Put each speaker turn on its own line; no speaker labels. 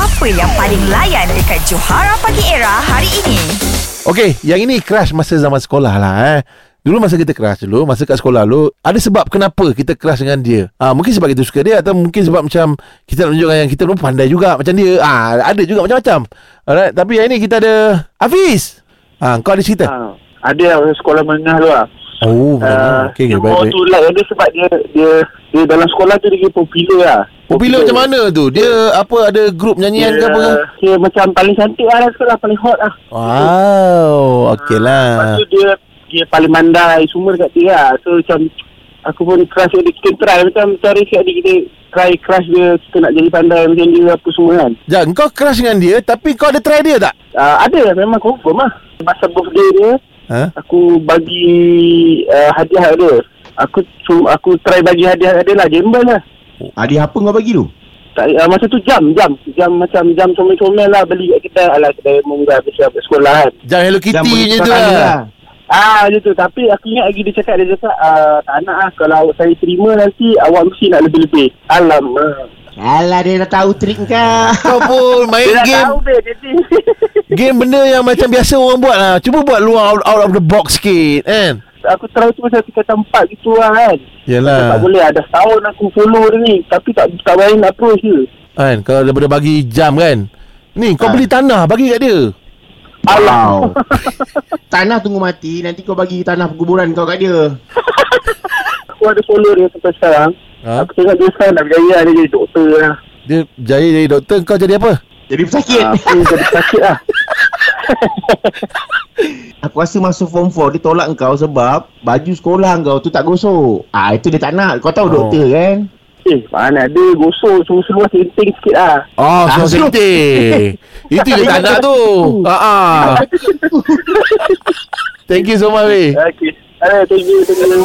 Apa yang paling layan dekat Johara Pagi Era hari ini?
Okey, yang ini crush masa zaman sekolah lah eh. Dulu masa kita crush dulu, masa kat sekolah dulu, ada sebab kenapa kita crush dengan dia. Ha, mungkin sebab kita suka dia atau mungkin sebab macam kita nak tunjukkan yang kita pun pandai juga macam dia. Ha, ada juga macam-macam. Alright, tapi yang ini kita ada Hafiz. Ha, kau ada cerita?
Ha, ada yang sekolah menengah tu lah.
Oh,
Uh,
uh, okey,
dia
okay, baik.
bawa
baik.
tu like dia sebab dia, dia dia dalam sekolah tu dia popular lah.
Popular macam mana tu? Dia apa ada grup nyanyian ke
dia,
apa ke?
Dia macam paling cantik lah dalam sekolah, paling hot lah.
Wow,
Ah,
lah.
Lepas
okeylah.
tu dia dia paling mandai semua dekat dia lah. So macam aku pun crush dia kita try macam cari siap dia kita try crush dia kita nak jadi pandai macam dia apa semua kan.
Jang, kau crush dengan dia tapi kau ada try dia tak?
Uh, ada memang confirm lah. Masa birthday dia
Ha?
aku bagi uh, hadiah kat dia. Aku suruh- aku try bagi hadiah kat dia lah jembal lah.
Hadiah Ah, apa kau bagi tu?
Tak, uh, masa tu jam, jam. Jam macam jam comel-comel lah beli kat kita. Alah, kedai murah habis dapat sekolah kan.
Jang Hello Kitty je tu
percakapan
lah.
Ah, macam tu. Tapi aku ingat lagi dia cakap, dia cakap, ah, tak nak lah. Kalau awak saya terima nanti, awak mesti nak lebih-lebih. Alamak.
lah. Alah dia dah tahu trik kau.
Kau pun main
Dia dah
game
tahu dia, jadi.
Game benda yang macam biasa orang buat lah Cuba buat luar out, out of the box sikit kan
aku try tu macam tiga tempat gitu lah kan. Tak
Yelah
boleh, ada setahun aku follow dia ni. Tapi tak tak main approach je.
kan Kalau daripada bagi jam kan Ni kau
Ha.
beli tanah bagi kat dia
Wow. tanah tunggu mati, nanti kau bagi tanah perkuburan kau kat dia.
Aku ada follow dia sampai sekarang.
ha?
Aku tengok dia sekarang dah berjaya dia jadi doktor lah.
Dia jadi jadi doktor kau jadi apa?
Jadi pesakit.
Ah, Aku jadi sakit lah.
Aku rasa masuk form 4 dia tolak kau sebab baju sekolah kau tu tak gosok. Ah itu dia tak nak. Kau tahu
Oh.
oh. doktor kan?
Eh, mana ada gosok semua-semua senting sikit lah.
Oh
Ah,
so
so-
sentik Itu je tanah tu ha ah. Thank you so much weh
Okay. Ah, thank you, thank you.